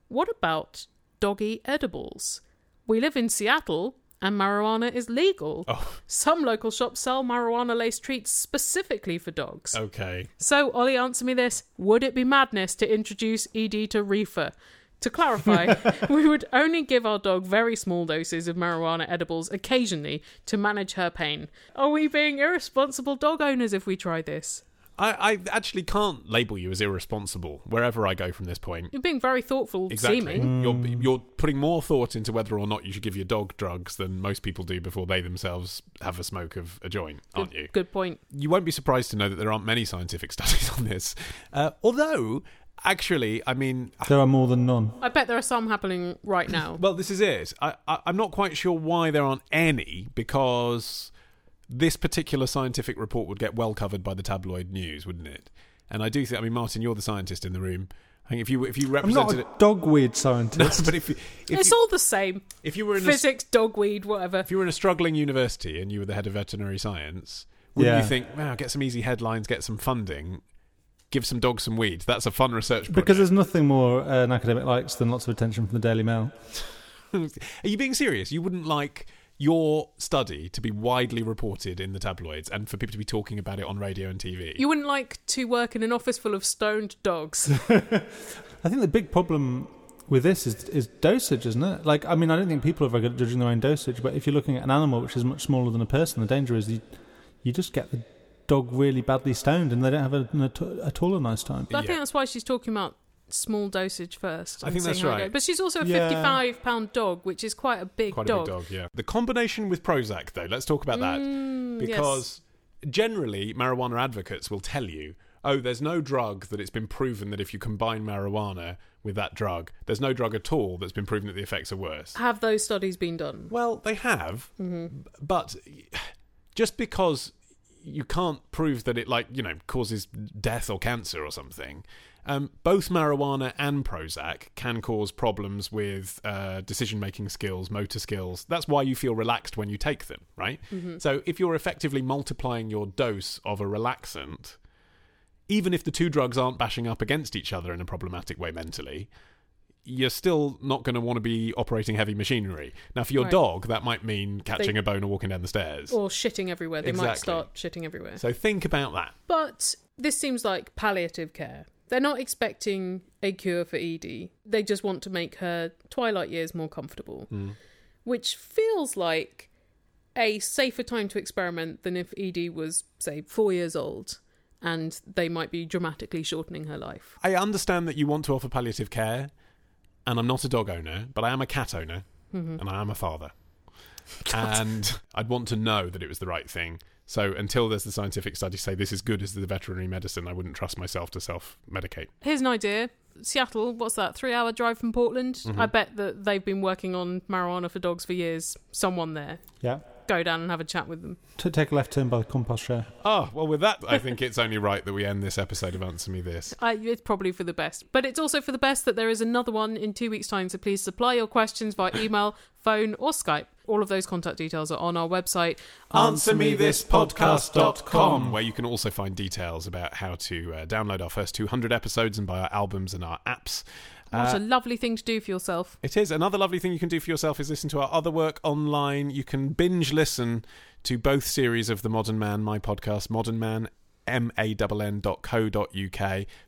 Speaker 1: what about doggy edibles? We live in Seattle, and marijuana is legal. Some local shops sell marijuana laced treats specifically for dogs.
Speaker 2: Okay.
Speaker 1: So, Ollie, answer me this. Would it be madness to introduce ED to reefer? To
Speaker 2: [LAUGHS]
Speaker 1: clarify, we would only give our dog very small doses of marijuana edibles occasionally to manage her pain. Are we being irresponsible dog owners if we try this?
Speaker 2: I, I actually can't label you as irresponsible wherever I go from this point.
Speaker 1: You're being very thoughtful,
Speaker 2: Exactly.
Speaker 1: seeming.
Speaker 2: You're,
Speaker 3: Hmm.
Speaker 2: you're putting more thought into whether or not you should give your dog drugs than most people do before they themselves have a smoke of a joint, aren't you?
Speaker 1: Good point.
Speaker 2: you won't be surprised to know that there aren't many scientific [LAUGHS] studies on this. Uh, although, actually, I mean,
Speaker 3: There are more than none.
Speaker 1: I bet there are some happening right
Speaker 2: [LAUGHS]
Speaker 1: now.
Speaker 2: well, this is it. I, I, I'm not quite sure why there aren't any because this particular scientific report would get well covered by the tabloid news, wouldn't it? And I do think, I mean, Martin, you're the scientist in the room. I think if you if you
Speaker 3: I'm not
Speaker 2: represented
Speaker 3: a dog weird scientist.
Speaker 2: it, [LAUGHS] but if you, if
Speaker 1: it's
Speaker 2: you,
Speaker 1: all the same.
Speaker 2: if you were in a,
Speaker 1: Physics, dogweed, whatever.
Speaker 2: if you were in a struggling university and you were the head of veterinary science, wouldn't
Speaker 3: Yeah.
Speaker 2: you think, wow, get some easy headlines, get some funding, give some dogs some weed? That's a fun research project. [LAUGHS]
Speaker 3: Because there's nothing more uh, an academic likes than lots of attention from the Daily Mail.
Speaker 2: Are you being serious? You wouldn't like your study to be widely reported in the tabloids and for people to be talking about it on radio and TV.
Speaker 1: You wouldn't like to work in an office full of stoned dogs.
Speaker 3: I think the big problem with this is is dosage, isn't it? Like, I mean, I don't think people are very good at judging their own dosage, but if you're looking at an animal which is much smaller than a person, the danger is you, you just get the dog really badly stoned and they don't have a, an at, at all a nice time.
Speaker 1: But I
Speaker 2: Yeah.
Speaker 1: think that's why she's talking about small dosage first.
Speaker 2: I
Speaker 1: and
Speaker 2: think
Speaker 1: seeing
Speaker 2: that's
Speaker 1: how it
Speaker 2: right.
Speaker 1: goes. But she's also a
Speaker 3: Yeah.
Speaker 1: 55 pound dog, which is quite a big
Speaker 2: Quite
Speaker 1: dog.
Speaker 2: a big dog, yeah. The combination with Prozac, though, let's talk about that.
Speaker 1: Mm,
Speaker 2: because generally, marijuana advocates will tell you, oh, there's no drug that it's been proven that if you combine marijuana with that drug, there's no drug at all that's been proven that the effects are worse.
Speaker 1: Have those studies been done?
Speaker 2: Well, they have, b- but just because you can't prove that it, like you know, causes death or cancer or something, um, both marijuana and Prozac can cause problems with uh, decision-making skills, motor skills. That's why you feel relaxed when you take them, right? So if you're effectively multiplying your dose of a relaxant. Even if the two drugs aren't bashing up against each other in a problematic way mentally, you're still not going to want to be operating heavy machinery. Now, for your
Speaker 1: Right.
Speaker 2: dog, that might mean catching a bone or walking down the stairs.
Speaker 1: Or shitting everywhere. They might
Speaker 2: Exactly.
Speaker 1: start shitting everywhere.
Speaker 2: So think about that.
Speaker 1: but this seems like palliative care. They're not expecting a cure for ED. They just want to make her twilight years more comfortable,
Speaker 2: Hmm.
Speaker 1: which feels like a safer time to experiment than if ED was, say, four years old and they might be dramatically shortening her life.
Speaker 2: I understand that you want to offer palliative care, and I'm not a dog owner, but I am a cat owner, and I am a father. and I'd want to know that it was the right thing. So until there's the scientific study say this is good as the veterinary medicine, I wouldn't trust myself to self-medicate.
Speaker 1: Here's an idea. Seattle, what's that? Three hour drive from Portland?
Speaker 2: Mm-hmm.
Speaker 1: I bet that they've been working on marijuana for dogs for years. Someone there.
Speaker 3: Yeah.
Speaker 1: Go down and have a chat with them.
Speaker 3: T- take a left turn by the compost share.
Speaker 2: Ah, well, with that, I think it's only right that we end this episode of Answer Me This.
Speaker 1: I, it's probably for the best. But it's also for the best that there is another one in two weeks' time, so please supply your questions
Speaker 2: [COUGHS]
Speaker 1: via email, phone, or Skype. All of those contact details are on our website.
Speaker 2: answermethispodcast.com where you can also find details about how to uh, download our first 200 episodes and buy our albums and our apps Uh,
Speaker 1: What a lovely thing to do for yourself.
Speaker 2: it is another lovely thing you can do for yourself is listen to our other work online you can binge listen to both series of the modern man my podcast modern man man.co.uk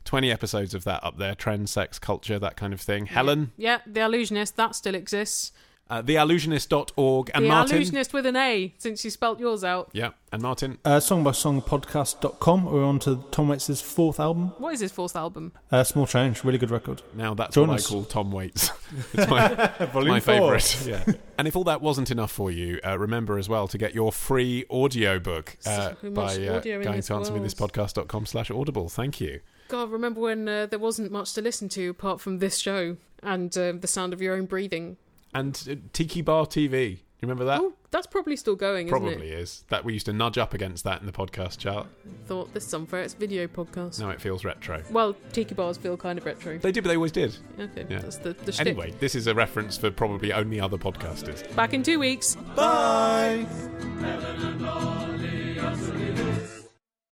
Speaker 2: 20 episodes of that up there trend sex culture that kind of thing helen
Speaker 1: Yeah, The Illusionist, that still exists.
Speaker 2: uh, theallusionist.org. And
Speaker 1: the
Speaker 2: Martin.
Speaker 1: Allusionist with an A, since you spelt yours out.
Speaker 2: Yeah, and Martin.
Speaker 3: Uh, songbysongpodcast.com. We're on to Tom Waits' fourth album,
Speaker 1: What is his fourth album?
Speaker 3: uh, Small Change. Really good record.
Speaker 2: Now that's
Speaker 3: Join
Speaker 2: what
Speaker 3: us.
Speaker 2: I call Tom
Speaker 1: [LAUGHS]
Speaker 2: Waits. [LAUGHS] it's my, my
Speaker 3: four.
Speaker 2: favourite. [LAUGHS] and if all that wasn't enough for you, uh, remember as well to get your free audiobook uh,
Speaker 1: So much
Speaker 2: by uh,
Speaker 1: audio in
Speaker 2: going
Speaker 1: this
Speaker 2: to
Speaker 1: world.
Speaker 2: answermethispodcast.com slash audible. Thank you.
Speaker 1: God, remember when uh, there wasn't much to listen to apart from this show and uh, the sound of your own breathing?
Speaker 2: And uh, Tiki Bar TV. You remember that?
Speaker 1: Oh, that's probably still going, isn't
Speaker 2: Probably
Speaker 1: it?
Speaker 2: is. That we used to nudge up against that in the podcast chart.
Speaker 1: Thought this somewhere it's video podcast.
Speaker 2: Now it feels retro.
Speaker 1: Well, tiki bars feel kind of retro.
Speaker 2: They did, but they always did.
Speaker 1: Okay,
Speaker 2: Yeah.
Speaker 1: that's the, the shtick.
Speaker 2: Anyway, this is a reference for probably only other podcasters.
Speaker 1: Back in two weeks.
Speaker 2: Bye.